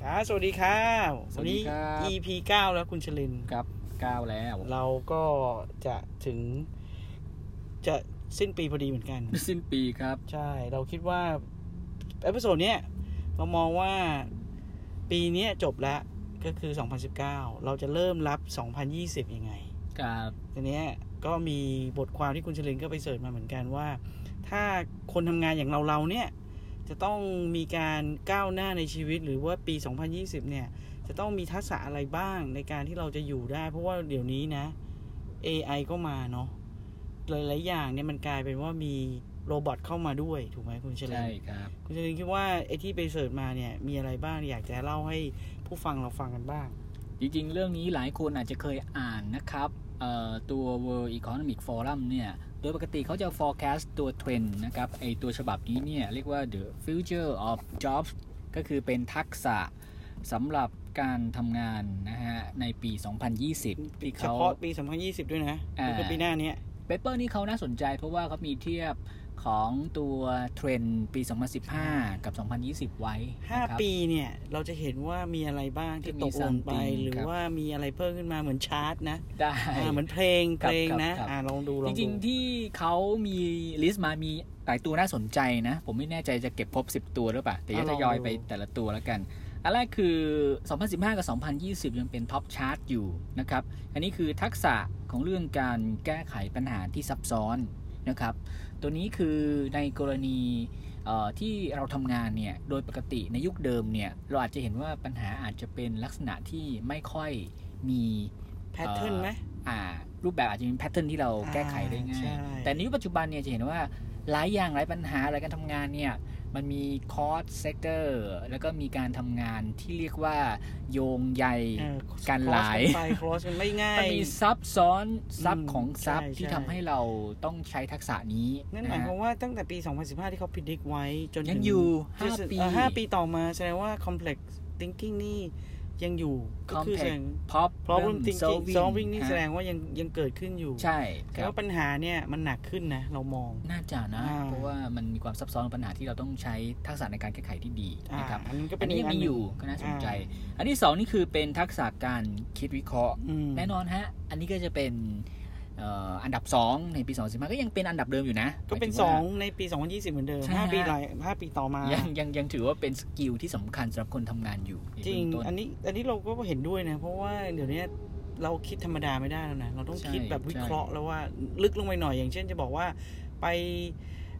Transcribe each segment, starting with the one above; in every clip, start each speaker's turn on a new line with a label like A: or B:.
A: ครับสวัสดีครับ
B: สวัสดีครับ
A: วันนี้ EP เก้าแล้วคุณชลิน
B: ครับก้าวแล้ว
A: เราก็จะถึง จะสิ้นปีพอดีเหมือนกัน
B: สิ้นปีครับ
A: ใช่ เราคิดว่าเอพิโซดเนี้ยเรามองว่าปีเนี้ยจบแล้วก็คือ 2019 เราจะเริ่มรับ 2020 ยังไง
B: ครับ
A: ทีเนี้ยก็มีบทความที่คุณเฉลินก็ไปเสิร์ชมาเหมือนกันว่า ถ้าคนทำงานอย่างเราเราๆเนี่ยจะต้องมีการก้าวหน้าในชีวิตหรือว่าปี 2020 เนี่ย จะต้องมีทักษะอะไรบ้างในการที่เราจะอยู่ได้ เพราะว่าเดี๋ยวนี้นะ AI ก็มาเนาะหลายๆอย่างเนี่ยมันกลายเป็นว่ามีโรบอทเข้ามาด้วยถูกไหมคุณเฉลิ
B: ใช่
A: น
B: ครับ
A: คุณเฉลินคิดว่าไอ้ที่ไปเสิร์ชมาเนี่ยมีอะไรบ้างอยากจะเล่าให้ผู้ฟังเราฟังกันบ้าง
B: จริงๆ เรื่องนี้หลายคนอาจจะเคยอ่านนะครับเอ่อตัว World Economic Forum เนี่ย โดยปกติเขาจะ forecast ตัวเทรนด์นะครับ ไอตัวฉบับนี้เนี่ย เรียกว่า the future of jobs ก็คือเป็นทักษะสำหรับการทำงานนะฮะ ในปี 2020 ที่
A: เฉ
B: เขา
A: พาะปี 2020 ด้วยนะ
B: อ่า
A: ก็คือปีหน้าเนี้ย
B: เปเปอร์นี้เขาน่าสนใจเพราะว่าเขามีเทียบของตัวเทรนด์ปี 2015 กับ 2020 ไว้
A: ห้า
B: นะครับ
A: ปีเนี่ยเราจะเห็นว่ามีอะไรบ้าง
B: ที่
A: ที่
B: มี
A: ตกหล่นไป
B: something
A: หรือ
B: ครับ
A: ว่ามีอะไรเพิ่มขึ้นมาเหมือนชาร์ตนะ
B: ได้
A: อ่าเหมือนเพลง
B: ครับ
A: เพลงนะครับ อ่าลองดูลอง
B: จริ
A: ดู
B: งๆที่เขามีลิสต์มามีหลายตัวน่าสนใจนะ ผมไม่แน่ใจจะเก็บครบ 10 ตัวหรือเปล่า แต่จะทยอยไปแต่ละตัวแล้วกัน อันแรกคือ 2015 กับ 2020 ยังเป็นท็อปชาร์ตอยู่นะครับ อันนี้คือทักษะของเรื่องการแก้ไขปัญหาที่ซับซ้อนนะครับ ตัวนี้คือในกรณีเอ่อที่เราทำงานเนี่ย โดยปกติในยุคเดิมเนี่ย เราอาจจะเห็นว่าปัญหาอาจจะเป็นลักษณะที่ไม่ค่อยมี
A: แพทเทิร์นไหม
B: อ่ารูปแบบอาจจะมีแพทเทิร์นที่เรา
A: อ่า
B: แก้ไขได้ง่า
A: ใช่
B: ย แต่ในยุคปัจจุบันเนี่ยจะเห็นว่าหลายอย่างหลายปัญหาหลายการทำงานเนี่ย มันมีคอร์สเซกเตอร์ แล้วก็มีการทำงานที่เรียกว่าโยงใย
A: เออ
B: การหลาย
A: ครอสกันไปครอสกันไม่ง่าย
B: มันมีซับซ้อนซับ
A: อืม
B: ของซับ
A: ใช่
B: ที่
A: ใช่
B: ทำให้เราต้องใช้ทักษะนี้
A: นั่นหมาย
B: ะ
A: ค
B: ฮะ
A: วามว่าตั้งแต่ปี 2015 ที่เขาพิจิตรไว้จนถึ
B: ยังอยู่
A: ที่สุด
B: 5 ปี
A: เอ่อห้าปีต่อมาแสดงว่า complex thinking นี่ยังอยู่ก็คือแสดง problem
B: problem
A: thinking
B: solving
A: solving นี่
B: ฮะ
A: แสดงว่ายังยังเกิดขึ้นอยู่
B: ใช่ค
A: แต่
B: รับ
A: ว่าปัญหาเนี่ยมันหนักขึ้นนะเรามอง
B: น่าจะนะ
A: อ่า
B: เพราะว่ามันมีความซับซ้อนปัญหาที่เราต้องใช้ทักษะในการแก้ไขที่ดี
A: อ่า
B: นะครับ
A: อันนั้นก็เป็
B: อั
A: น
B: นนี้ยัง
A: น
B: มี
A: หนึ่
B: อ
A: ง
B: ยู่ก็น่าสนใจ
A: อ่
B: อันที่สองนี่คือเป็นทักษะการคิดวิเคราะห์
A: อืม
B: แน่นอนฮะ อันนี้ก็จะเป็นเอ่ออันดับ 2 ในปี 2 0 1 5ก็ยังเป็นอันดับเดิมอยู่นะ
A: ก็เป็น
B: หมายถึว่า
A: 2 ในปี 2020 เหมือนเดิม
B: ใช่
A: ห้า
B: ฮะ
A: ปีหลังห้าปีต่อมา
B: ยังยังยังถือว่าเป็นสกิลที่สำคัญสำหรับคนทำงานอยู่ใน
A: จริง
B: เบื้อต้น
A: อันนี้อันนี้เราก็เห็นด้วยนะ เพราะว่าเดี๋ยวนี้เราคิดธรรมดาไม่ได้แล้วนะ เราต้อง
B: ใช่
A: คิดแบบวิ
B: ใช่
A: เคราะห์แล้วว่าลึกลงไปหน่อยอย่างเช่นจะบอกว่าไป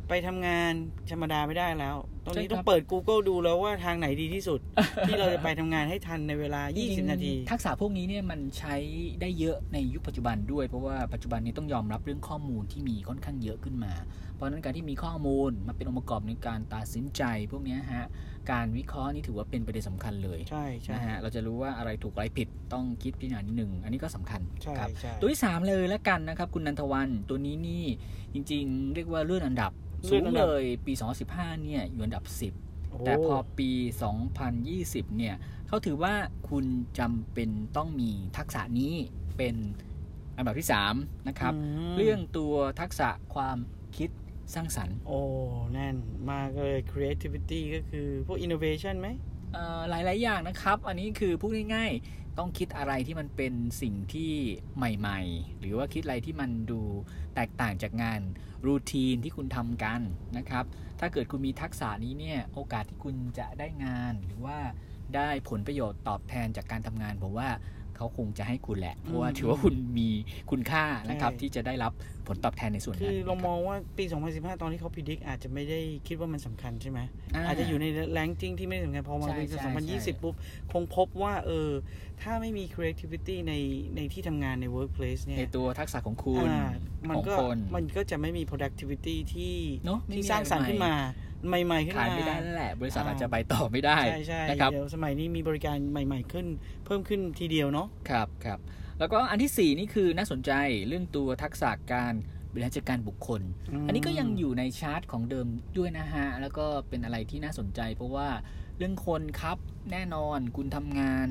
A: ไปทำงานธรรมดาไม่ได้แล้ว ตอนนี้ต้องเปิด Google ดูแล้วว่าทางไหนดีที่ สุด ที่เราจะไปทำงานให้ทันในเวลา
B: จริง
A: 20
B: ๆ
A: นาที
B: ทักษะพวกนี้เนี่ยมันใช้ได้เยอะในยุคปัจจุบันด้วย เพราะว่าปัจจุบันนี้ต้องยอมรับเรื่องข้อมูลที่มีค่อนข้างเยอะขึ้นมา เพราะฉะนั้นการที่มีข้อมูลมาเป็นองค์ประกอบในการตัดสินใจ พวกเนี้ยฮะการวิเคราะห์นี่ถือว่าเป็นประเด็นสำคัญเลย
A: ใช่ใช่
B: นะฮะเราจะรู้ว่าอะไรถูกอะไรผิดต้องคิดพิจารณานิดหนึ่ง อันนี้ก็สำคัญ
A: ใช่
B: ครับ
A: ใช่
B: ตัวที่ 3 เลยแล้วกันนะครับ คุณนันทวันตัวนี้นี่จริงๆ เรียกว่าเลื่อนอันดับ สูงเลยปี 2015 เนี่ย อยู่อันดับ
A: โอ้
B: 10 แต่พอปี 2020 เนี่ยเขาถือว่าคุณจำเป็นต้องมีทักษะนี้เป็นอันดับที่ 3 นะครับ
A: อืม
B: เรื่องตัวทักษะความคิดสร้างสรรค์
A: โอ้แน่นมากเลย creativity ก็คือพวก innovation ไหม
B: เอ่อหลาย ๆ อย่างนะครับ อันนี้คือพูดง่ายๆ ต้องคิดอะไรที่มันเป็นสิ่งที่ใหม่ ๆ หรือว่าคิดอะไรที่มันดูแตกต่างจากงานรูทีนที่คุณทำกันนะครับ ถ้าเกิดคุณมีทักษะนี้เนี่ย โอกาสที่คุณจะได้งาน หรือว่าได้ผลประโยชน์ตอบแทนจากการทำงานผมว่าเขาคงจะให้คุณแหละ เพราะว่าถือว่าคุณมีคุณค่านะครับ
A: ใช่
B: ที่จะได้รับผลตอบแทนในส่วน
A: คื
B: นั้
A: อน เรามองว่าปี 2015 ตอนที่เขาพิจิตรอาจจะไม่ได้คิดว่ามันสำคัญใช่ไหม
B: า
A: อาจจะอยู่ในแรงจิ้งที่ไม่สำคัญ พอมา
B: ใช่
A: ปี
B: ใช่ใช่
A: 2020 ปุ๊บ คงพบว่า เออ ถ้าไม่มี creativity ในในที่ทำงานใน workplace เนี่ย
B: ในตัวทักษะของคุณ
A: อ่ามัน
B: ของ
A: ก็
B: คน
A: มันก็จะไม่มี productivity ที่
B: เนอะไม่
A: ที่
B: มี
A: สร้างสรรค์
B: อะ
A: ขึ้น
B: ไให
A: มา ใหม่ ๆ ขึ้น
B: ขาย
A: มา
B: ไม่ได้แล้วแหละ บริษัท
A: อ่า
B: อาจจะไปต่อไม่ได้
A: ใช่ใช่
B: นะครับ
A: เดี๋ยวสมัยนี้มีบริการใหม่ ๆ ขึ้น เพิ่มขึ้นทีเดียวเนาะ
B: ครับครับ แล้วก็อันที่ 4 นี่คือน่าสนใจเรื่องตัวทักษะการบริหารจัดการบุคคล อันนี้ก็ยังอยู่ในชาร์ตของเดิมด้วยนะฮะ แล้วก็เป็นอะไรที่น่าสนใจ เพราะว่าเรื่องคนครับแน่นอนคุณทำงาน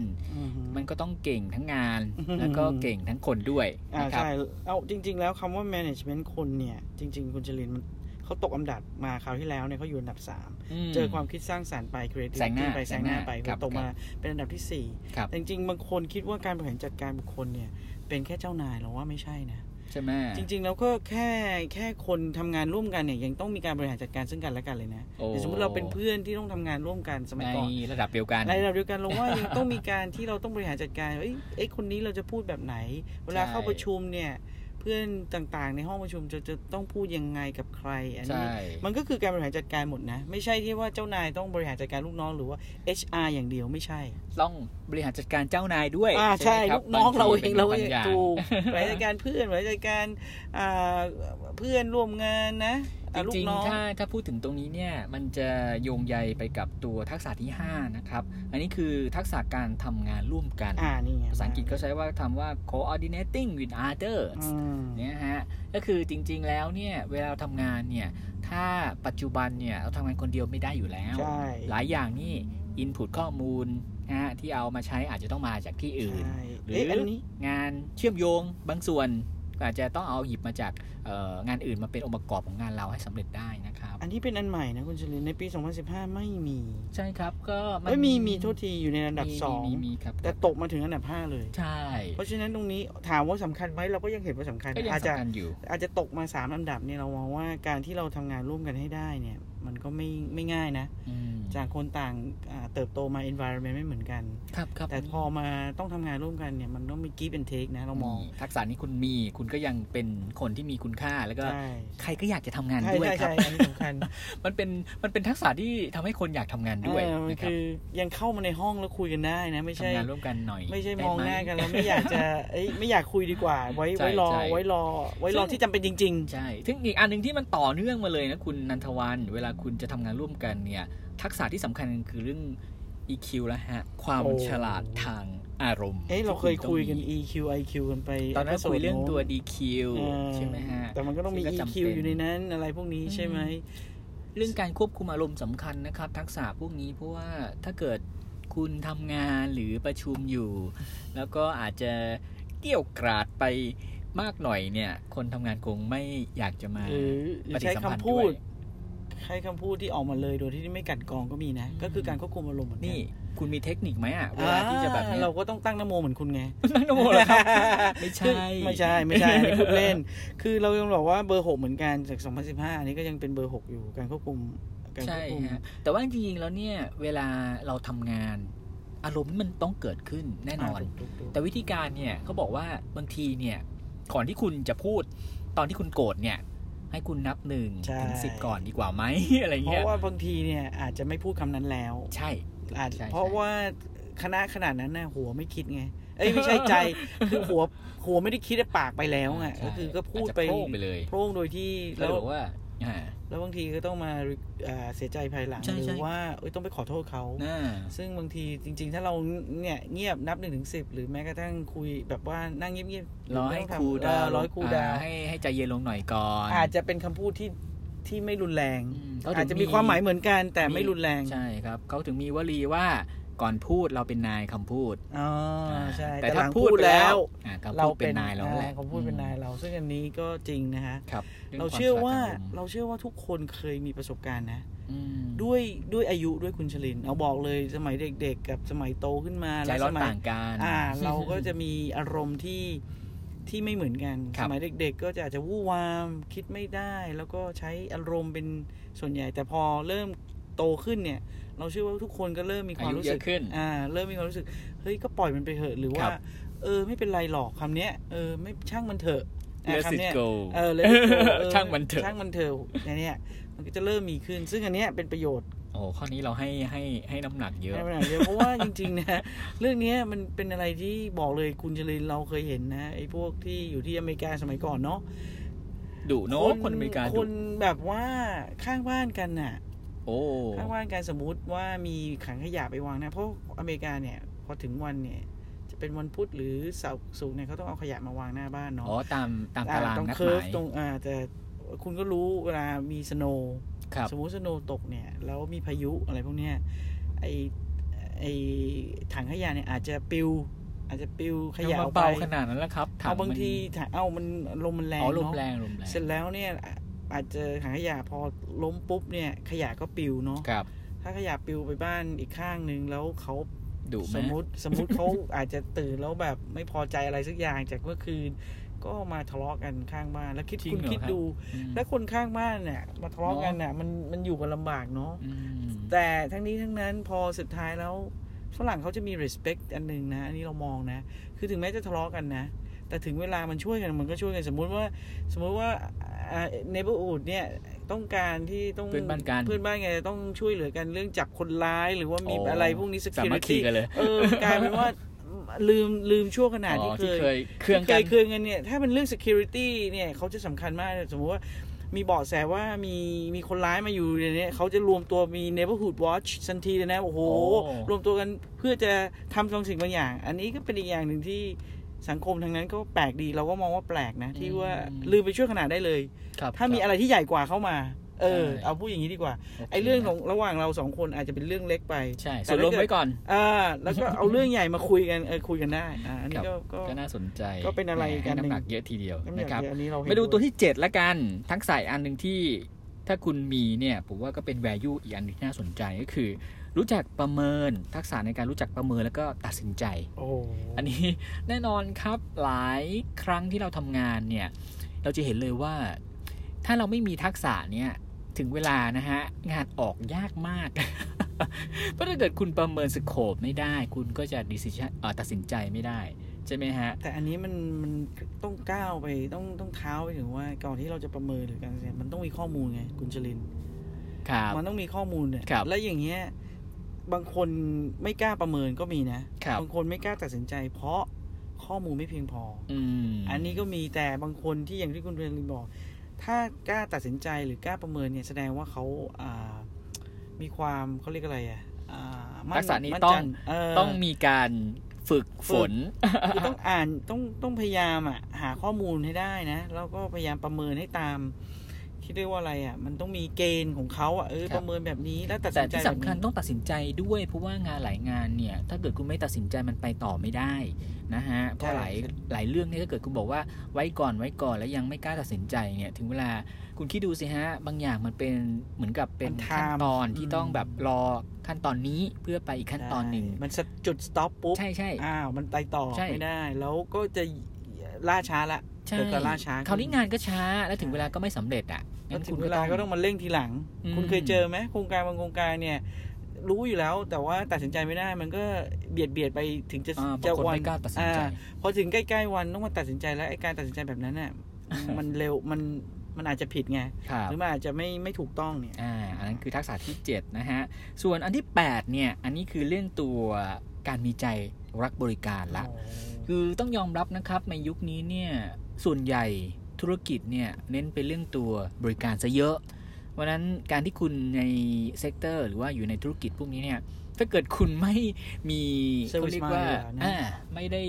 B: มันก็ต้องเก่งทั้งงาน
A: อืม
B: แล้วก็เก่งทั้งคนด้วย
A: อ่า
B: นะครับ
A: ใช่ เอาจริง ๆ แล้วคำว่า management คนเนี่ย จริง ๆ คุณจรินมันเขา เขาตกอันดับมาคราวที่แล้วเนี่ยเขาอยู่อันดับสาม
B: ม
A: เจอความคิดสร้างสารรค์ไป creativity
B: แซงหน้า
A: ไปแซ
B: แซ
A: ง
B: ง
A: ห
B: ห
A: น้า
B: น้า
A: ไป
B: ครับ
A: ตกมาเป็นอันดับที่สี่
B: ครับ
A: แต่จริงๆ บางคนคิดว่าการบริหารจัดการบุคคลเนี่ย เป็นแค่เจ้านายเราว่าไม่ใช่นะ
B: ใช่ไหม
A: จริง ๆ แล้วก็แค่แค่คนทำงานร่วมกันเนี่ย ยังต้องมีการบริหารจัดการซึ่งกันและกันเลยนะ
B: โอ้
A: อย่างสมมติเราเป็นเพื่อนที่ต้องทำงานร่วมกันสมัย
B: ใน
A: ก่อน
B: ระดับเดียวกัน
A: ในระดับเดียวกันเราว่า ยังต้องมีการที่เราต้องบริหารจัดการเอ้ยเอ้ยคนนี้เราจะพูดแบบไหน เวลาเข้าประชุมเนี่ย เพื่อนต่างๆ ในห้องประชุมจะจะต้องพูดยังไงกับใครอันนี้
B: ใช่
A: มันก็คือการบริหารจัดการหมดนะ ไม่ใช่ที่ว่าเจ้านายต้องบริหารจัดการลูกน้องหรือว่า HR อย่างเดียวไม่ใช่
B: ต้องบริหารจัดการเจ้านายด้วย
A: อ่าใช่
B: ไหมคบ
A: ลูกน้องเรา
B: บ
A: เอ
B: ที
A: งเราเอ
B: ป็น
A: ง
B: บย่
A: ถู กบริหารจัดการเพื่อนบริหารจัดการอ่าเพื่อนร่วมงานนะอ่าลู
B: จ
A: ก
B: ริง
A: น้อง
B: ๆถ้าถ้าพูดถึงตรงนี้เนี่ย มันจะโยงใยไปกับตัวทักษะที่ 5 นะครับ อันนี้คือทักษะการทำงานร่วมกัน
A: อ่านี่ไง
B: ภาษาอังกฤษก็ใช้ว่าคำว่า coordinating with others
A: อืม
B: เนี่ยฮะ ก็คือจริงๆแล้วเนี่ย เวลาเราทำงานเนี่ย ถ้าปัจจุบันเนี่ย เราทำงานคนเดียวไม่ได้อยู่แล้ว
A: ใช่
B: หลายอย่างนี่ input ข้อมูลนะฮะที่เอามาใช้อาจจะต้องมาจากที่อื่น
A: ใช่
B: หรือ
A: เอ๊ะอันนี้
B: งานเชื่อมโยงบางส่วนก็อาจจะต้องเอาหยิบมาจากเอ่องานอื่นมาเป็นองค์ประกอบของงานเราให้สำเร็จได้นะครับ
A: อันที่เป็นอันใหม่นะคุณเฉลิมในปี 2015 ไม่มี
B: ใช่ครับก็น
A: ไม่มีมีโทษทีอยู่ในอันดับ
B: มี
A: สอง
B: มีมีครับ
A: แต่ตกมาถึงอันดับห้าเลย
B: ใช่
A: เพราะฉะนั้นตรงนี้ถามว่าสำคัญไหมเราก็ยังเห็นว่าสำคัญ
B: ก็ยัง
A: อาจจะ
B: สำคัญอยู่
A: อาจจะตกมาสามลำดับเนี่ยเรามองว่าการที่เราทำงานร่วมกันให้ได้เนี่ย มันก็ไม่ไม่ง่ายนะ
B: อืม
A: จากคนต่างอ่าเติบโตมา environment ไม่เหมือนกัน
B: ครับครับ
A: แต่พอมาต้องทำงานร่วมกันเนี่ย มันต้องมี give and take นะเรามอง
B: มีทักษะนี้คุณมีคุณก็ยังเป็นคนที่มีคุณค่า แล้วก็
A: ใช่
B: ใครก็อยากจะทำงาน
A: ใช่
B: ด้วย
A: ใช่
B: ครับ
A: ใช่อันนี้สำคัญ
B: มันเป็นมันเป็นทักษะที่ทำให้คนอยากทำงาน ด้วย
A: เออมัน
B: นะครับ
A: คือยังเข้ามาในห้องแล้วคุยกันได้นะ ไม่ใช่
B: ทำงานร่วมกันหน่อย
A: ไม่ใช่
B: ด้
A: มองหน้ากันแล้วไม่อยากจะเอ้ยไม่อยากคุยดีกว่า ไว้
B: ใช่
A: ไว้รอ
B: ใช่
A: ไว้รอ ไว้รอที่จำเป็นจริง
B: ใช่ซึ่งอีกอันหนึ่งที่มันต่อเนื่องมาเลยนะคุณนันทวัน เวลาคุณจะทำงานร่วมกันเนี่ย ทักษะที่สำคัญคือเรื่อง EQ แล้วฮะ ความ
A: โอ้
B: ฉลาดทางอารมณ์
A: ๆ เอ้ยเราเคยคุยกัน
B: ที่ณต้องมี
A: EQ IQ กันไป
B: ตอนนั้น
A: episode
B: คุยเรื่องตัว
A: โน้น
B: DQ
A: เออ
B: ใช่ไหมฮะ
A: แต่มันก็ต้องมี
B: ซึ่ง
A: EQ
B: ก็จำเป็น
A: อยู่ในนั้นอะไรพวกนี้ใช่ไหม
B: อื เรื่องการควบคุมอารมณ์สำคัญนะครับ ทักษะพวกนี้เพราะว่าถ้าเกิดคุณทำงานหรือประชุมอยู่ แล้วก็อาจจะเกรี่ยวกราดไปมากหน่อยเนี่ย คนทำงานคงไม่อยากจะมา
A: หรือหรือใช้คำพูด ใช้คำพูดที่ออกมาเลยโดยที่ไม่กลันกรองก็มีนะ
B: อืม
A: ก็คือการควบคุมอารมณ์เหมือนกั
B: นี่คุณมีเทคนิคไหมอ่ะเว
A: อ่
B: ลาที่จะแบบนี้ย
A: เราก็ต้องตั้งนโมเหมือนคุณไง
B: นั่งโนเหรอครับ ไม่ใช่
A: ไม่ใช่ไม่ใช่อันนี้พูดเล่น คือเรายังบอกว่าเบอร์หกเหมือนกันจาก 2015 อันนี้ก็ยังเป็นเบอร์หกอยู่การควบคุมการคว
B: ใช่
A: บคุม
B: ฮะแต่ว่าจริงๆแล้วเนี่ย เวลาเราทำงาน อารมณ์มันต้องเกิดขึ้นแน่นอน แต่วิธีการเนี่ยเขาบอกว่าบางทีเนี่ยก่อนที่คุณจะพูด ตอนที่คุณโกรธเนี่ย ให้คุณนับหนึ่ง
A: ใช่
B: ถึงสิบก่อนดีกว่าไหม อะไร
A: เพ
B: เงี้ย
A: ราะว่าบางทีเนี่ยอาจจะไม่พูดคำนั้นแล้ว
B: ใช่
A: อาจ
B: ใช่
A: เพราะว่าคณะขนาดนั้นน่ะหัวไม่คิดไง เอ้ยไม่ใช่ ใจ คือหัวหัวไม่ได้คิดแต่ปากไปแล้วไง
B: ใช่
A: ก็คือก็พูดไป
B: อาจจะโพร่งไปเลย
A: โพร่งโดยที่แล้
B: แล้
A: ว ว
B: บอกว่าอ่า
A: แล้วบางทีก็ต้องมาอ่าเสียใจภายหลัง
B: ใช่
A: หรื
B: ใช่
A: อว่าเอ้ยต้องไปขอโทษเขา
B: น่า
A: ซึ่งบางทีจริง ๆ ถ้าเราเนี่ยเงียบนับหนึ่งถึงสิบหรือแม้กระทั่งคุยแบบว่านั่งเงียบๆ
B: รอให้
A: ไม่ต้งทำ
B: ครูดาว
A: เออร้อยครูดาว
B: อ่ให้ให้ใจเย็นลงหน่อยก่อน
A: อาจจะเป็นคำพูดที่ที่ไม่รุนแรง
B: มเขถึง
A: อาจจะมีความหมายเหมือนกันแต่ไม่รุนแรง
B: ใช่ครับเขาถึงมีวลีว่าก่อนพูดเราเป็นนายคำพูด
A: อ๋อใช่
B: แต่
A: ห
B: ถ้า
A: ลัง
B: พูดแล้วอ่าคำพูดเป็นนายเราแหละ
A: เขาพูดเป็นนายเราซึ่งอันนี้ก็จริงนะฮะ
B: ครับ
A: เราเชื่อว่าเราเชื่อว่าทุกคนเคยมีประสบการณ์นะ
B: อืม
A: ด้วยด้วยอายุด้วยคุณชลินเอาบอกเลยสมัยเด็ก ๆ กับสมัยโตขึ้นมา
B: ใจ
A: แล้ว
B: ร้อ
A: ส
B: น
A: มัย
B: ต่างกัน
A: อ่า เราก็ จะมี อารมณ์ที่ที่ไม่เหมือนกัน
B: ครั
A: ส
B: บ
A: มัยเด็ก ๆ ก็จะอาจจะวู่วามคิดไม่ได้ แล้วก็ใช้อารมณ์เป็นส่วนใหญ่ แต่พอเริ่มโตขึ้นเนี่ย เราเชื่อว่าทุกคนก็เริ่มมี
B: อาว
A: คาม
B: ยุ
A: รู้
B: เย
A: สึ
B: อะ
A: ก
B: ขึ้น
A: อ่าเริ่มมีความรู้สึกเฮ้ยก็ปล่อยมันไปเถอะหรือ
B: ค
A: ว่า
B: รับ
A: เออไม่เป็นไรหรอกคำเนี้ยเออไม่ช่างมันเถ อะ
B: เล
A: นะ
B: สิ
A: คำเนี้ย
B: go
A: เออ let it go เออ
B: ช่างมันเถอะ
A: ช่างมันเถอะอย่างเนี้ยมันก็จะเริ่มมีขึ้น ซึ่งอันเนี้ยเป็นประโยชน์
B: โอ้ข้อนี้เราให้ให้ให้น้ำหนักเยอะ
A: ในขณะเดียวเพราะว่าจริงๆนะเรื่องเนี้ยมันเป็นอะไรที่บอกเลยคุณจรินเราเคยเห็นนะไอ้พวกที่อยู่ที่อเมริกาสมัยก่อนเนาะ
B: ดุเนอะคนอเมริกา
A: ค
B: ดุ
A: นแบบว่าข้างบ้านกันน่ะ
B: โอ้
A: ข้างบ้านการสมมุติว่ามีขังขยะไปวางนะ เพราะอเมริกาเนี่ย พอถึงวันเนี่ย จะเป็นวันพุธหรือเสาร์ศุกร์เนี่ยเขาต้องเอาขยะมาวางหน้าบ้านเนาะ
B: อ๋อตามตามตาราง
A: ตรง
B: นัด
A: เคิ
B: ห
A: ร์ฟ
B: มาย
A: ตรงอ่าแต่คุณก็รู้เวลามีสโนว์
B: ครับ
A: สมมุติสโนว์ตกเนี่ย แล้วมีพายุอะไรพวกเนี้ยไอไอถังขยะเนี่ยอาจจะปิว อาจจะปิวขยะออกไป
B: เบาขนาดนั้นแล้วครับ
A: เอา
B: ม
A: บาง
B: มัน
A: ทีถังเอามันลมมันแรง
B: อ๋อลม
A: เนาะ
B: แรงลมแรง
A: เสร็จแล้วเนี่ย อาจจะถังขยะพอล้มปุ๊บเนี่ย ขยะก็ปลิวเนาะ
B: ครับ
A: ถ้าขยะปลิวไปบ้านอีกข้างหนึ่งแล้วเขา
B: ดุไห
A: ส
B: ม
A: มมติสมมติเขาอาจจะตื่นแล้วแบบไม่พอใจอะไรสักอย่างจากเมื่อคืน ก็มาทะเลาะกันข้างบ้านแล้วคิด
B: จริง
A: คุณ
B: เหรอ
A: คิด
B: รับ
A: ดู
B: อืม
A: ถ้าคนข้างบ้านเนี่ยมาทะเลาะกันน่ะมันมันอยู่กันลำบากเนาะ
B: อืม
A: แต่ทั้งนี้ทั้งนั้นพอสุดท้ายแล้วฝรั่งเขาจะมี respect อันหนึ่งนะ อันนี้เรามองนะ คือถึงแม้จะทะเลาะกันนะ แต่ถึงเวลามันช่วยกันมันก็ช่วยกันสมมุติว่าสมมุติว่าเนเบอร์อูดเนี่ยต้องการที่ต้อง
B: เพื่อนบ้านกัน
A: เพื่อนบ้านไงต้องช่วยเหลือกันเรื่องจับคนร้ายหรือว่ามี
B: โ
A: อะไรพวกนี้
B: สามัคคี
A: security
B: กันเลย
A: เออกลายเป็นว่าลืมลืมชั่วขณะ
B: อ๋
A: ที่
B: อ
A: เค
B: ที่
A: ย
B: เคยเครื่อง
A: เค
B: กัน
A: ยคืนกันเนี่ย ถ้าเป็นเรื่อง security เนี่ยเขาจะสำคัญมาก สมมติว่ามีเบาะแสว่ามีมีคนร้ายมาอยู่ในนี้เขาจะรวมตัวมี neighborhood watch ทันทีเลยนะ โอ้โห
B: โอ้
A: รวมตัวกันเพื่อจะทำบางสิ่งบางอย่าง อันนี้ก็เป็นอีกอย่างหนึ่งที่สังคมทางนั้นก็แปลกดีเราก็มองว่าแปลกนะ ที่ว่าลืมไปช่วยขนาดได้เลย
B: ครับ
A: ถ้ามี
B: ค
A: อะ
B: รับ
A: ไรที่ใหญ่กว่าเข้ามา เออ
B: ใช่
A: เอาพูดอย่างนี้ดีกว่า
B: โค
A: ไอ้เรื่องของระหว่างเราสองคนอาจจะเป็นเรื่องเล็กไป
B: ใช่
A: แต่
B: ส่วน
A: ถ้าร
B: วม
A: เกิด
B: ไว้ก่อน
A: อ่าแล้วก็เอาเรื่องใหญ่มาคุยกันเออคุยกันได้อ่าอันนี้ก็ก็
B: ก็น่าสนใจ
A: ก็เป็นอะไร
B: แหม
A: กัน
B: ให้น้ำหนักเยอะทีเดียว
A: น้ำหนั
B: นะ
A: ก
B: ครับ
A: เยอะอันนี้เราเห็น
B: มาดู
A: ด้วย
B: ตัวที่ 7 ละกัน ทักษะอีกอันหนึ่งที่ถ้าคุณมีเนี่ยผมว่าก็เป็น value อีกอันหนึ่งที่น่าสนใจก็คือ รู้จักประเมินทักษะในการรู้จักประเมินแล้วก็ตัดสินใจ
A: โอ้โห
B: อันนี้ แน่นอนครับหลายครั้งที่เราทำงานเนี่ย เราจะเห็นเลยว่า ถ้าเราไม่มีทักษะเนี่ยถึงเวลานะฮะ งานออกยากมาก เพราะถ้าเกิดคุณประเมินสโคปไม่ได้ คุณก็จะ decision เอ่อตัดสินใจไม่ได้ ใช่ไหมฮะ
A: แต่อันนี้มันมันต้องก้าวไปต้องต้องเท้าไปถึงว่าก่อนที่เราจะประเมินหรือการแสดงมันต้องมีข้อมูลไงคุณชลิน
B: ครับ
A: มันต้องมีข้อมูลเนี่ย
B: ครับ
A: แล้วอย่างเงี้ยบางคนไม่กล้าประเมินก็มีนะครับ บางคนไม่กล้าตัดสินใจ เพราะข้อมูลไม่เพียงพอ
B: อืม
A: ออันนี้ก็มีแต่บางคนที่อย่างที่คุณเรนลินบอก ถ้ากล้าตัดสินใจหรือกล้าประเมินเนี่ยแสดงว่าเขาอ่ามีความเขาเรียกอะไรอ่ะอ่ามั่
B: ทักษะนี้
A: มั่
B: ต้อง
A: ใจเ
B: ต้องมีการฝึกฝน
A: คือต้องอ่านต้องต้องพยายามอ่ะหาข้อมูลให้ได้นะ แล้วก็พยายามประเมินให้ตามคิดได้ว่าอะไรอ่ะ มันต้องมีเกณฑ์ของเขาอ่ะเออ
B: ค
A: ป
B: รับ
A: ระเมินแบบนี้แล้วตัด
B: แต่
A: สินใจ
B: ที่
A: แบ
B: สำ
A: บ
B: คัญ
A: นี้
B: ต้องตัดสินใจด้วย เพราะว่างานหลายงานเนี่ย ถ้าเกิดคุณไม่ตัดสินใจมันไปต่อไม่ได้นะฮะเพราะหลายหลายเรื่องเนี่ยถ้าเกิดคุณบอกว่าไว้ก่อนไว้ก่อนแล้วยังไม่กล้าตัดสินใจเนี่ยถึงเวลาคุณคิดดูสิฮะ บางอย่างมันเป็นเหมือนกับเป็นขั้นตอนที่ต้องแบบรอขั้นตอนนี้เพื่อไปอีกขั้นตอนหนึ่ง
A: มันสะจุด stop ปุ๊บ
B: ใช่ใช่
A: อ้าวมันไปต่อ
B: ใช่
A: ไม่ได้ แล้วก็จะล่าช้าละ
B: ใช่
A: เกิดการล่าช้า
B: คราวนี้งานก็ช้าแล้วถึงเวลาก็ไม่สำเร็จอ่ะ
A: แล้วถึ
B: คุ
A: ง
B: ณ
A: เวลาก็ต้องมาเร่งทีหลัง
B: อืม
A: คุณเคยเจอไหมโครงการบางโครงการเนี่ย รู้อยู่แล้วแต่ว่าตัดสินใจไม่ได้ มันก็เบียดเบียดไปถึงจะ
B: อ่าบาง
A: จะ
B: คน
A: วัน
B: ไม่กล้าตัดสินใจ
A: อ่า พอถึงใกล้ๆวันต้องมาตัดสินใจแล้วไอ้การตัดสินใจแบบนั้นน่ะ มันเร็วมันมันอาจจะผิดไง
B: ครับ
A: หรือมันอาจจะไม่ไม่ถูกต้องเนี่ย
B: อ่าอันนั้นคือทักษะที่ 7 นะฮะ ส่วนอันที่ 8 เนี่ย อันนี้คือเรื่องตัวการมีใจรักบริการละ คือต้องยอมรับนะครับในยุคนี้เนี่ย ส่วนใหญ่ธุรกิจเนี่ย เน้นไปเรื่องตัวบริการซะเยอะวันนั้นการที่คุณในเซกเตอร์หรือว่าอยู่ในธุรกิจพวกนี้เนี่ย ถ้าเกิดคุณไม่มี
A: Service
B: เขาเรียกว่า
A: มาเลยนะ
B: อ่าไม่ได้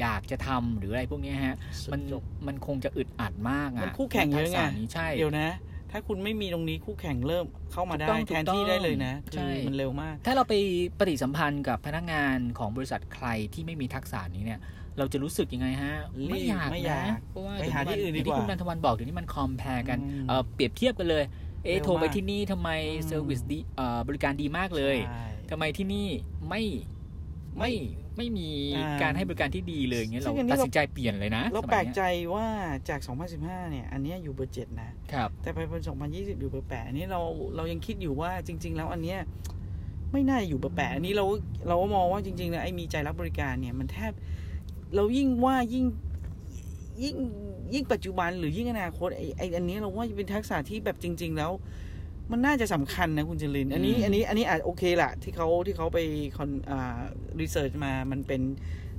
B: อยากจะทำหรืออะไรพวกเนี้ยฮะ
A: มั
B: มัน นมันคงจะอึดอัดมากอะ
A: มันคู่แข่งเยอะไง
B: ทักษนี้ใช่
A: เดี๋ยวนะ ถ้าคุณไม่มีตรงนี้คู่แข่งเริ่มเข้ามาได้
B: ถูกต้อง
A: แทนที่ได้เลยนะ
B: ใช่
A: คือมันเร็วมาก
B: ถ้าเราไปปฏิสัมพันธ์กับพนักงานของบริษัทใครที่ไม่มีทักษะนี้เนี่ย เราจะรู้สึกยังไงฮะ
A: รีบ
B: ไม่อยาก
A: ไม่อยา
B: นะ
A: ก
B: เพราะว่า
A: ไปหาที่อื่นดีกว่า
B: ย่งที่คุณนันทวันบอกเดี๋ยวนี้มันคอมแพร์กัน
A: อืม
B: เอ่อเปรียบเทียบกันเลย เอ๊ะ
A: เร็วมาก
B: โทรไปที่นี่ทำไม
A: อืม
B: เซอร์วิสดีเอ่อบริการดีมากเลย
A: ใช่
B: ทำไมที่นี่ไม่ไม่ไม่มี
A: อ่า
B: การให้บริการที่ดีเลยอย่างเงี้ย
A: ซึ่
B: เรา
A: งอันนี้
B: ตัดสินใจเปลี่ยนเลยนะ
A: แล้ว
B: สมัย
A: แปลก
B: เนี้ย
A: ใจว่าจาก 2015 เนี่ย อันเนี้ยอยู่เบอร์เจ็ดนะ
B: ครับ
A: แต่ไปเป็น 2020 อยู่เบอร์แปดอันนี้เราเรายังคิดอยู่ว่าจริง ๆ แล้วอันเนี้ยไม่น่าอยู่เบอร์แปดอันนี้เราก็เราก็มองว่าจริงๆแล้วไอ้มีใจรับบริการเนี่ยมันแทบ เรายิ่งว่ายิ่งยิ่งยิ่งปัจจุบันหรือยิ่งอนาคตไอ้ไอ้อันนี้เราว่าเป็นทักษะที่แบบจริง ๆ แล้ว มันน่าจะสำคัญนะคุณจรินอันนี้
B: อืม
A: อันนี้อันนี้อาจโอเคละที่เขาที่เขาไปคอนอ่ารีเสิร์ชมามันเป็น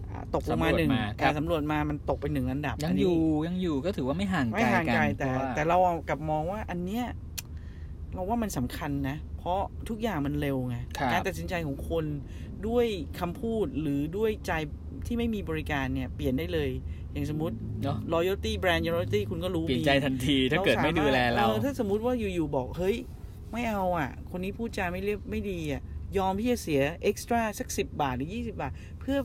A: อ่าตกลงมาหนึ่งการสำรวจมามันตกไปหนึ่งอันดับ
B: ยัง
A: น
B: อ
A: นี้
B: ยู่ยังอยู่ก็ถือว่าไม่ห่าง
A: ไม่
B: ไกล
A: ห่าง
B: กัน
A: ไกลแต่
B: เพราะว่า
A: แต่เราเอากลับมองว่าอันเนี้ยเราว่ามันสำคัญนะ เพราะทุกอย่างมันเร็วไง
B: ครับ
A: การตัดสินใจของคนด้วยคำพูดหรือด้วยใจที่ไม่มีบริการเนี่ย เปลี่ยนได้เลย อย่างสมมติ
B: เนาะ
A: loyalty brand loyalty คุณก็รู้
B: เปลี่ยนใจทันทีถ้าเกิดไม่ดูแลเรา
A: ออถ้าสมมติว่าอยู่ๆบอกเฮ้ย ไม่เอาอ่ะ คนนี้พูดจาไม่เรียบไม่ดีอ่ะ ยอมที่จะเสีย extra สักสิบบาทหรือยี่สิบาท เพื่อ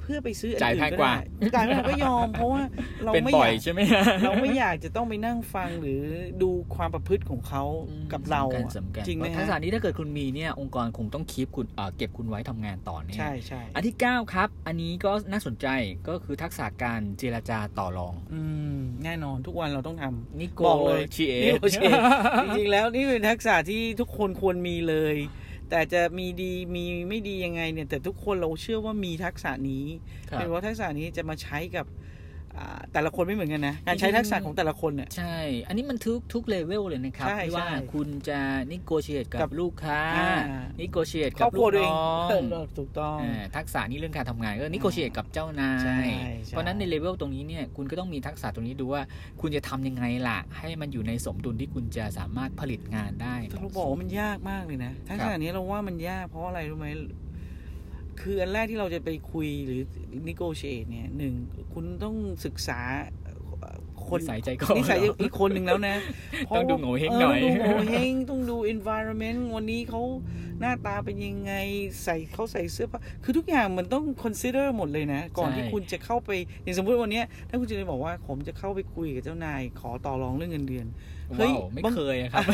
A: เ พื่อไปซื้ออัน
B: จ่าย
A: อื่น
B: แพง
A: ก็
B: กว่า
A: ได้จ่ายแพงก็ยอม เพราะว่าเรา
B: เป็น
A: ไม่
B: บ่
A: อ
B: อย
A: ยาก
B: ใช่ไหม
A: เราไม่อยากจะต้องไปนั่งฟังหรือดูความประพฤติของเขา
B: อืม
A: กับเรา
B: สำ
A: อะ
B: คัญสำคัญ
A: จริงไหม
B: เพาะทักษะ
A: ฮะ
B: นี้ถ้าเกิดคุณมีเนี่ยองค์กรคงต้องคีบคุณเอ่อเก็บคุณไว้ทำงานต่อเนี่ย
A: ใช่ใช่
B: อันที่ 9 ครับ อันนี้ก็น่าสนใจก็คือทักษะการเจรจาต่อรอง
A: อืมแน่นอนทุกวันเราต้องทำ
B: นิโก
A: บอกเลย
B: ชีเอ
A: นี่เราเชฟ จริงๆแล้วนี่เป็นทักษะที่ทุกคนควรมีเลย แต่จะมีดีมีไม่ดียังไงเนี่ย แต่ทุกคนเราเชื่อว่ามีทักษะนี้
B: ครับ
A: เป็นว่าทักษะนี้จะมาใช้กับอ่าแต่ละคนไม่เหมือนกันนะ การใช้
B: จริงๆ
A: ทักษะของแต่ละคนเนี่ย
B: ใช่ อันนี้มันทุกทุกเลเวลเลยนะครับ
A: ใช่
B: ไม่ว่า
A: ใช่
B: คุณจะนิโกเชียต
A: กั
B: กับบ ลูกค้า
A: อ่า
B: นิโกเชียต
A: คร
B: กั
A: อ
B: บบ
A: ค
B: ลู
A: รัวตัวเอ
B: ก
A: ง
B: น้อง
A: เออถูกต้อง
B: อ่าทักษะนี่เรื่องการทำงานก็นิโกเชียตกับเจ้านา
A: ใช่
B: ย
A: ใช่
B: เพราะฉะนั้นในเลเวลตรงนี้เนี่ยคุณก็ต้องมีทักษะตรงนี้ดูว่า คุณจะทำยังไงล่ะ ให้มันอยู่ในสมดุลที่คุณจะสามารถผลิตงานได้
A: แต่เราบอกว่ามันยากมากเลยนะทักษะนี้เราว่ามันยากเพราะอะไรรู้ไหมคืออันแรกที่เราจะไปคุยหรือ negotiate เนี่ยหนึ่งคุณต้องศึกษาคน
B: นิสัยใจคอ
A: นิสัย
B: เหรอ
A: อีกคนหนึ่งแล้ว นะ
B: ต้องดูโง่เห้งหน่อย
A: เต้องดูโง่ เฮงต้องดู environment วันนี้เขาหน้าตาเป็นยังไงใส่เขาใส่เสื้อผ้าคือทุกอย่างมันต้อง consider หมดเลยนะ ก่อนที่คุณจะเข้าไปอย่างสมมติวันเนี้ยถ้าคุณจะไปบอกว่าผมจะเข้าไปคุยกับเจ้านายขอต่อรองเรื่องเงินเดือน เฮ้ย
B: ว้าวไม่
A: บาง
B: เคยอะครับ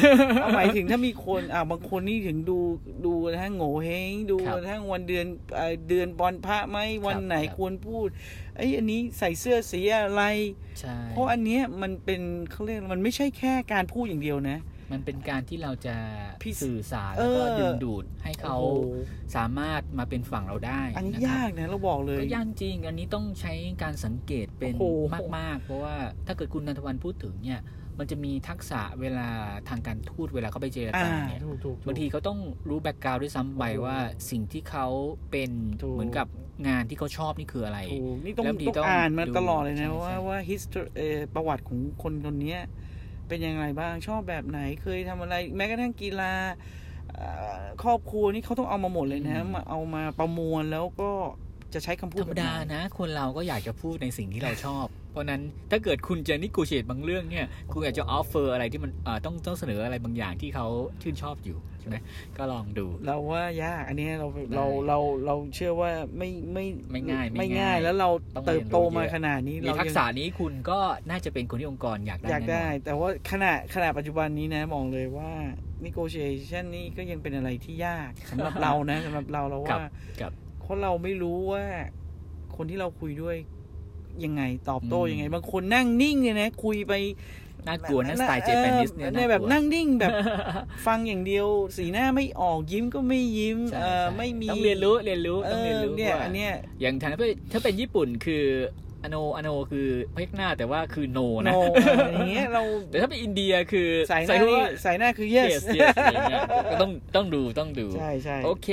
A: เอาหมายถึงถ้ามีคนอ่าบางคนนี่ถึงดูดูกระทั่งโง่เฮงดู
B: ครับ
A: กระทั่งวันเดือนเอ่อเดือนบอลพระไหมวันไหน
B: ครับ
A: ควรพูดไอ้ยอันนี้ใส่เสื้อสีอะไร
B: ใช่
A: เพราะอันเนี้ยมันเป็นเขาเรียกมันไม่ใช่แค่การพูดอย่างเดียวนะ
B: มันเป็นการที่เราจะ
A: พี่
B: สื่อสาร
A: เอ
B: แล้ว
A: อ
B: ก็ดึงดูดให้เขา
A: โอ้โห
B: สามารถมาเป็นฝั่งเราได้
A: อันนี้
B: ะครับ
A: ยากนะเราบอกเลย
B: ก็ยากจริง อันนี้ต้องใช้การสังเกตเป็น
A: โอ้โห
B: มาก ๆ เพราะว่าถ้าเกิดคุณนันทวันพูดถึงเนี่ย มันจะมีทักษะเวลาทางการทูตเวลาเขาไปเจร
A: อ่า
B: จาเนี่ย
A: ถูกถูกถูก
B: บางทีเขาต้องรู้แบ็กกราวด์ด้วยซ้ำไป
A: โอ้โห
B: ว่าสิ่งที่เขาเป็น
A: ถูก
B: เหมือนกับงานที่เขาชอบนี่คืออะไร
A: ถูกนี่ต้อง
B: แล้วดี
A: ต้
B: ต้
A: อ
B: องง
A: อ่านมา
B: ดู
A: ตลอดเลยนะ
B: ใช่
A: ว่า
B: ใช่
A: ว่า history เอ่อประวัติของคนคนเนี้ยเป็นยังไงบ้างชอบแบบไหนเคยทำอะไร แม้กระทั่งกีฬาเอ่อครอบครัวนี่เขาต้องเอามาหมดเลยนะมาเอามาประมวลแล้วก็จะใช้คำพู
B: ธ
A: ด
B: รรมดานะ คนเราก็อยากจะพูดในสิ่งที่เราชอบ เพราะนั้นถ้าเกิดคุณจะนิโกเชตบางเรื่องเนี่ย คุณอาจจะออฟเฟอร์อะไรที่มันเอ่อต้องต้องเสนออะไรบางอย่างที่เขาชื่นชอบอยู่ใช่ไหมก็ลองดู
A: เราว่ายากอันเนี้ยเราเราเราเราเชื่อว่าไม่ไม่
B: ไม่ง่ายไม่
A: ไม่ง่า
B: ง่าย ย
A: แล้วเรา
B: ต้องเรี
A: เติ
B: ยนรู้
A: บโตมา
B: เยอะ
A: ขนาดนี้
B: มี
A: เรา
B: ทัก
A: ยัง
B: ษะนี้คุณก็น่าจะเป็นคนที่องค์กรอยากได้
A: อยากได้
B: แน่นน
A: แต่ว่าขณะขณะปัจจุบันนี้นะมองเลยว่า negotiation นี่ก็ยังเป็นอะไรที่ ยากสำหรับเรานะสำหรับเราเรา
B: กับ
A: ว่า
B: กับ
A: เพราะเราไม่รู้ว่าคนที่เราคุยด้วยยังไงตอบโต้
B: อืม
A: ยังไง บางคนนั่งนิ่งเลยนะคุยไป
B: น่ากลัวนั่นสไตล์เจแปนิสเนี่ย
A: ออแบบ
B: ากลัว
A: นั่งนิ่งแบบ ฟังอย่างเดียว สีหน้าไม่ออกยิ้มก็ไม่ยิ้ม
B: ใช่
A: เออ
B: ใช่
A: ไม่มี
B: ต้องเรียนรู้เรียนรู้
A: เอ
B: ต้องเรียน
A: อ
B: รู้
A: เนี่ย
B: ว่า
A: อันเนี้ย
B: อย่างทางถ้าเป็นญี่ปุ่นคืออโนอโนคือพยักหน้าแต่ว่าคือโน
A: โน
B: นะ
A: เอออย่างเงี้ยเรา
B: แต่ถ้าเป็นอินเดียคือ
A: สายหน้า
B: ใส่หั
A: นี่
B: ว
A: สายหน้าคือ
B: yes
A: yes
B: yes อะไรเงี้ยก็ต้องต้องดูต้องดู
A: ใช่ใช่
B: โอเค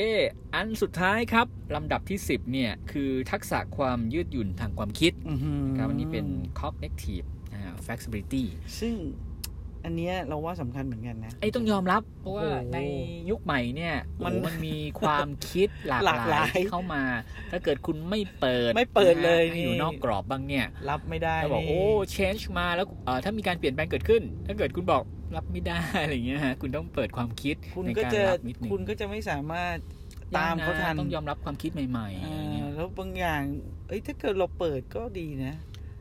B: อันสุดท้ายครับ ลำดับที่ 10 เนี่ย คือทักษะความยืดหยุ่นทางความคิด
A: อื้อหือ
B: ครับอันนี้เป็น cognitive อ่า flexibility
A: ซึ่งอันเนี้ยเราว่าสำคัญเหมือนกันนะ
B: ไอ้ต้องยอมรับ เพราะว่า
A: โอ้โห
B: ในยุคใหม่เนี่ย
A: มั
B: มัน นมันมีความคิดหลาก
A: หลากห
B: ห
A: ลา
B: ลาย ยที่เข้ามา ถ้าเกิดคุณไม่เปิด
A: ไม่เปิดเลย
B: นะฮะให้อยู่
A: นี่
B: นอกกรอบบ้างเนี่ย
A: รับไม่ได้
B: แล้วบอก
A: นี่
B: โอ้ change มาแล้วเอ่อถ้ามีการเปลี่ยนแปลงเกิดขึ้น ถ้าเกิดคุณบอกรับไม่ได้ อะไรเงี้ยฮะคุณต้องเปิดความคิด
A: คุณ
B: ใน
A: ก็
B: การ
A: จะ
B: รับนิดนึง
A: คุณก็จะไม่สามารถตามเขาทัน
B: ต้องยอมรับความคิดใหม่ๆ
A: อ่า
B: อะไรเงี้ย
A: แล้วบางอย่าง เอ้ย ถ้าเกิดเราเปิดก็ดีนะ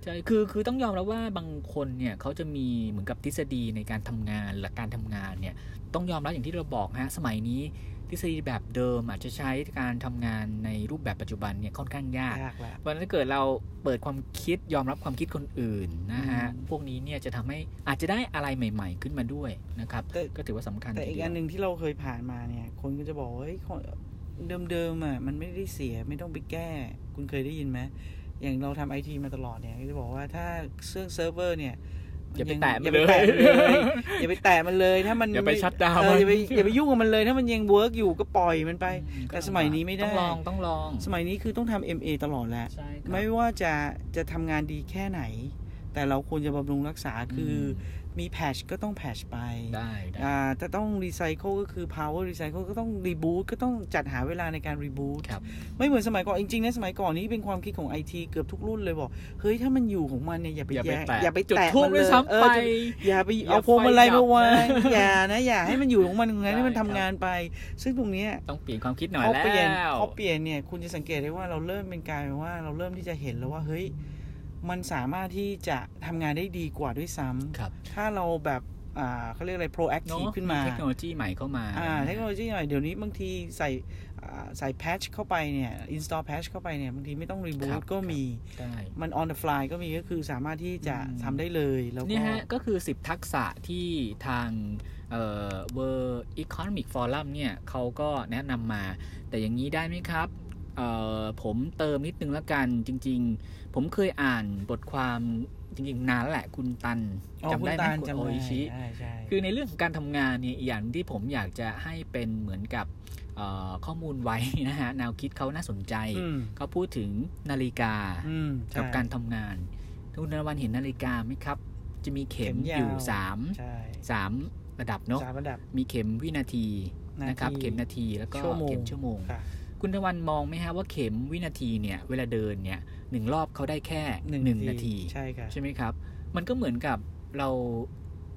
B: ใช่ คือ คือต้องยอมรับว่าบางคนเนี่ยเขาจะมีเหมือนกับทฤษฎีในการทำงานหลักการทำงานเนี่ย ต้องยอมรับอย่างที่เราบอกฮะ สมัยนี้ทฤษฎีแบบเดิมอาจจะใช้การทำงานในรูปแบบปัจจุบันเนี่ยค่อนข้างยาก
A: ยากละ
B: วันนั้นถ้าเกิดเราเปิดความคิดยอมรับความคิดคนอื่นนะฮะ
A: อืม
B: พวกนี้เนี่ยจะทำให้อาจจะได้อะไรใหม่ ๆ ขึ้นมาด้วยนะครับ
A: แต่
B: ก็ถือว่าสำคัญ
A: แต่อีก
B: ทีเดียว
A: อันหนึ่งที่เราเคยผ่านมาเนี่ย คนก็จะบอกว่าเฮ้ยคนเดิมๆอ่ะ มันไม่ได้เสียไม่ต้องไปแก้ คุณเคยได้ยินไหม อย่างเราทำไอทีมาตลอดเนี่ยก็จะบอกว่าถ้าเครื่องเซิร์ฟเวอร์เนี่ย
B: อย่าไป
A: ง
B: แตะมั
A: อน ย่า
B: เล
A: ไป
B: ย
A: แตะมันเลย อย่าไปแตะมันเลย ถ้ามัน
B: อย่าไป
A: ม่
B: ชัดดาวน์
A: เอ
B: มั
A: อน อย่าไปอย่าไปยุ่งกับมันเลย ถ้ามันยังเวิร์กอยู่ก็ปล่อยมันไป
B: อื
A: แต่สมัยนี้ไม่ได้
B: ต้องลองต้องลอง
A: สมัยนี้คือต้องทำ MA ตลอดแหละ
B: ใช่ครับ
A: ไม่ว่าจะจะทำงานดีแค่ไหน แต่เราควรจะบำรุงรักษาคืออ
B: ม
A: มีแพชก็ต้องแพชไป
B: ได้ได้
A: อ่าถ้าต้องรีไซเคิลก็คือ power recycle ก็ต้องรีบูตก็ต้องจัดหาเวลาในการรีบูต
B: ครับ
A: ไม่เหมือนสมัยก่อน จริงๆนะสมัยก่อนนี้เป็นความคิดของไอทีเกือบทุกรุ่นเลยบอก เฮ้ย ถ้ามันอยู่ของมันเนี่ย อย่าไป
B: อย่าไป
A: แยะ
B: แตะ
A: อย่าไป
B: จุด
A: แตะ
B: ทูบ
A: มันเล
B: ด้วย ย
A: เอ
B: ซ้ำ
A: อ
B: ไป
A: จุดอย่าไป
B: อย่า
A: เอาพวงมาลัย
B: ไฟดับ
A: มาวางอย่านะ อย่าให้มันอยู่ของมันตรงนั้น
B: ได้
A: ให้มัน
B: ครั
A: ทำ
B: บ
A: งานไป ซึ่งตรงเนี้ย
B: ต้องเปลี่ยนความคิดหน่อย
A: พอ
B: แล้
A: เปลี่ยน
B: ว
A: พอเปลี่ยนเนี่ย คุณจะสังเกตได้ว่าเราเริ่มเป็นกลารว่าเราเริ่มที่จะเห็นแล้วว่าเฮ้ยมันสามารถที่จะทำงานได้ดีกว่าด้วยซ้ำ
B: ครับ
A: ถ้าเราแบบอ่าเขาเรียกอะไร proactive ขึ้นมา
B: เทคโนโลยีใหม่เข้ามา
A: อ่าเทคโนโลยีหน่อยเดี๋ยวนี้บางทีใส่อ่าใส่แพชเข้าไปเนี่ย install patch เข้าไปเนี่ยบางทีไม่ต้องรีบูตก็มี
B: ได้
A: มัน on the fly ก็มีก็คือสามารถที่จะ
B: อืม
A: ทำได้เลยแล้ว
B: เนี่
A: ก็
B: ยฮะ ก็คือ 10 ทักษะที่ทางเอ่อ World Economic Forum เนี่ยเขาก็แนะนำมา แต่อย่างนี้ได้ไหมครับเอ่อผมเติมนิดนึงละกันจริง ๆ ผมเคยอ่านบทความจริง ๆ นานแล้วแหละคุณตัน
A: อ๋อ
B: จำ
A: คุณ
B: ได้ไหม
A: ตาล
B: คุณ
A: จำ
B: โอ
A: ได้
B: อิชิ
A: ใช่ใช่
B: คือในเรื่องของการทำงานเนี่ยอีกอย่างที่ผมอยากจะให้เป็นเหมือนกับเอ่อข้อมูลไว้นะฮะ แนวคิดเขาน่าสนใจ
A: อืม
B: เขาพูดถึงนาฬิกา
A: อืมใช่
B: กับการทำงาน ทุกนวันเห็นนาฬิกาไหมครับ จะมีเข็
A: เข็
B: ม
A: มยาว
B: อยู่สาม
A: ใช่
B: สามระดับเนาะ
A: สามระดับ
B: มีเข็มวินาที
A: นา
B: นะครับ
A: ที
B: เข็มนาทีแล้วก็
A: ชั่วโมง
B: เข็มชั่วโมง
A: ค่ะ
B: คุณตะวันมองไหมฮะว่าเข็มวินาทีเนี่ย เวลาเดินเนี่ยหนึ่งรอบเขาได้แค่
A: หนึ่ง
B: หนึ่งนาที
A: ใช่ค่ะ
B: ใช่ไหมครับ มันก็เหมือนกับเรา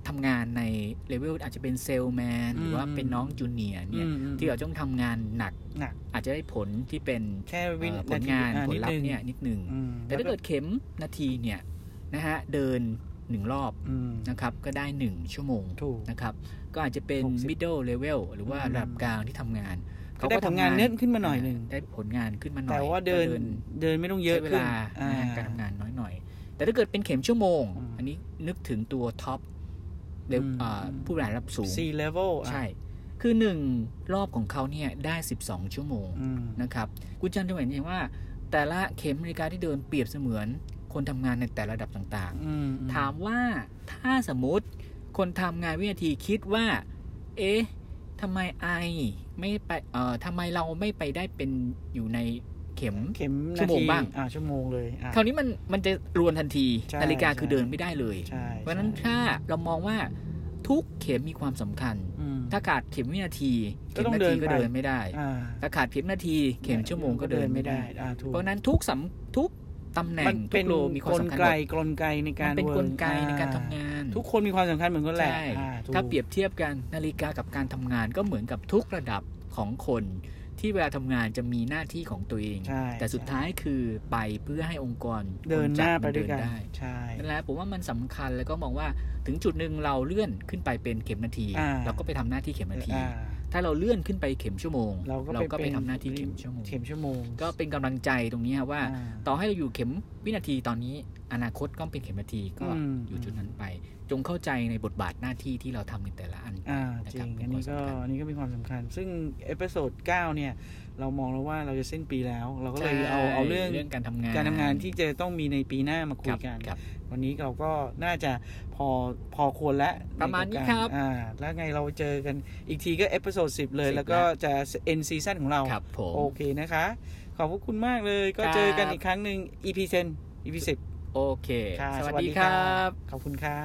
B: ทำงานในเลเวลอาจจะเป็นเซลแมนหรือว่าเป็นน้องจูเนียร์เนี่ย
A: อืมอืม
B: ที่เราต้องทำงานหนัก
A: หนัก
B: อาจจะได้ผลที่เป็น
A: แค่วิ
B: เอ่อผ
A: นา
B: ล
A: ที
B: งาน
A: อ่
B: ผลลัพ
A: ด
B: ธ์
A: ง
B: เนี่ยนิดหนึ่ง
A: อืม
B: แต่ถ้าเกิดเข็มนาทีเนี่ยนะฮะเดินหนึ่งรอบ
A: อืม
B: นะครับก็ได้ 1 ชั่วโมง
A: ถูก
B: นะครับก็อาจจะเป็น
A: หกสิบ
B: middle level หรือว่า
A: อืม
B: ระดับกลางที่ทำงาน
A: ก็ได้ผลงานเนื่นขึ้นมาหน่อยหนึ่ง
B: ได้ผลงานขึ้นมาหน่อย
A: แต่ว่าเดิน
B: ก็
A: เดินไม่ต้องเยอะ
B: ใช้เว
A: ขึ้น
B: ลา
A: อ่า
B: นะฮะการทำงานน้อยหน่อย แต่ถ้าเกิดเป็นเข็มชั่วโมง
A: อืม
B: อันนี้นึกถึงตัวท็อปเร
A: อืม
B: ผู้บริหารระดับสูง
A: C level อ่ะ
B: ใช่ คือ 1 รอบของเขาเนี่ยได้ 12 ชั่วโมง
A: อืม
B: นะครับคุณจันจะเห็นเองว่า แต่ละเข็มนาฬิกาที่เดินเปรียบเสมือนคนทำงานในแต่ละระดับต่าง
A: อืมอื
B: ๆ ถามว่าถ้าสมมติคนทำงานวินาทีคิดว่า เอ๊ะทำไมไอไม่ไปเอ่อทำไมเราไม่ไปได้เป็นอยู่ในเข็ม
A: เข็ม
B: ชั่วโมง
A: นที
B: บ้าง
A: อ่าชั่วโมงเลยอ่ะ
B: คราวนี้มันมันจะรวนทันที
A: ใช่
B: นาฬิกาคือ
A: ใช่
B: เดินไม่ได้เลย
A: ใช่
B: เพราะฉะนั้น
A: ใช่
B: ถ้าเรามองว่าทุกเข็มมีความสำคัญ
A: อืม
B: ถ้าขาดเข็มวินาที
A: ก็
B: เข็ม
A: ต้อง
B: นา
A: เดิ
B: ที
A: น
B: ก็
A: ไป
B: เดินไม่ได้
A: อ่า
B: ถ้าขาดเข็มนาทีเข็มชั่วโมงก็เดินไม่ได้
A: อ่าถูก
B: เพราะฉะนั้นทุกสำทุกตำแหน่ง
A: มัน
B: ทุ
A: เป็น
B: กโลมีความ
A: กล
B: สำคัญ
A: ไก
B: หมด
A: กลไกในการ
B: มันเป็นกลไกในการทำงาน
A: ทุกคนมีความสำคัญเหมือนกันแหละ
B: ใช่
A: อ่ถูก
B: ถ้าเปรียบเทียบกันนาฬิกากับการทำงานก็เหมือนกับทุกระดับของคน ที่เวลาทำงานจะมีหน้าที่ของตัวเอง
A: ใช่
B: แต่สุดท้ายคือไปเพื่อให้องค์กร
A: เดินหน้า
B: ค
A: ไป
B: จัมั
A: ด้วยกัน
B: เได้
A: ใช่
B: นั่นแหละผมว่ามันสำคัญแล้วก็มองว่าถึงจุดหนึ่งเราเลื่อนขึ้นไปเป็นเข็มนาที
A: อ่า
B: เราก็ไปทำหน้าที่เข็มนาที
A: อ่า
B: ถ้าเราเลื่อนขึ้นไปเข็มชั่วโมง
A: เราก็
B: เราก็ไปทำหน้าที่เข็มชั่วโมง
A: เข็มชั่วโมง
B: ก็เป็นกำลังใจตรงนี้ครับว่า
A: อ่า
B: ต่อให้เราอยู่เข็มวินาทีตอนนี้อนาคตก็เป็นเข็มนาทีก็
A: อืม
B: อยู่จุดนั้นไป จงเข้าใจในบทบาทหน้าที่ที่เราทำในแต่ละอัน
A: อ่า
B: นะ
A: จริ
B: ครับ
A: ง
B: เป็
A: อั
B: น
A: นนี้ก็
B: ความสำคัญ
A: อันนี้ก็มีความสำคัญ ซึ่งเอพิโซด9เนี่ย เรามองแล้วว่าเราจะสิ้นปีแล้ว เราก็เลย
B: ใช่
A: เอาเอาเรื่อง
B: เรื่องการทำงาน
A: การทำงานที่จะต้องมีในปีหน้ามาคุยกัน
B: ครับ
A: วันนี้เราก็น่าจะพอพอควรแล้ว
B: ประมาณนี้
A: ใก
B: ครับ
A: อ่า แล้วไงเราเจอกันอีกทีก็เอพิโซดสิบเลย
B: 10
A: แล้วก็จะ end season ของเรา
B: ครับผม
A: โอเคนะคะ ขอบพระคุณมากเลย ก็
B: ครับ
A: เจอกันอีกครั้งหนึ่ง EP 10 EP 10
B: โอเค
A: ค่ะ
B: สวัสดีครับ
A: ขอบคุณค่ะ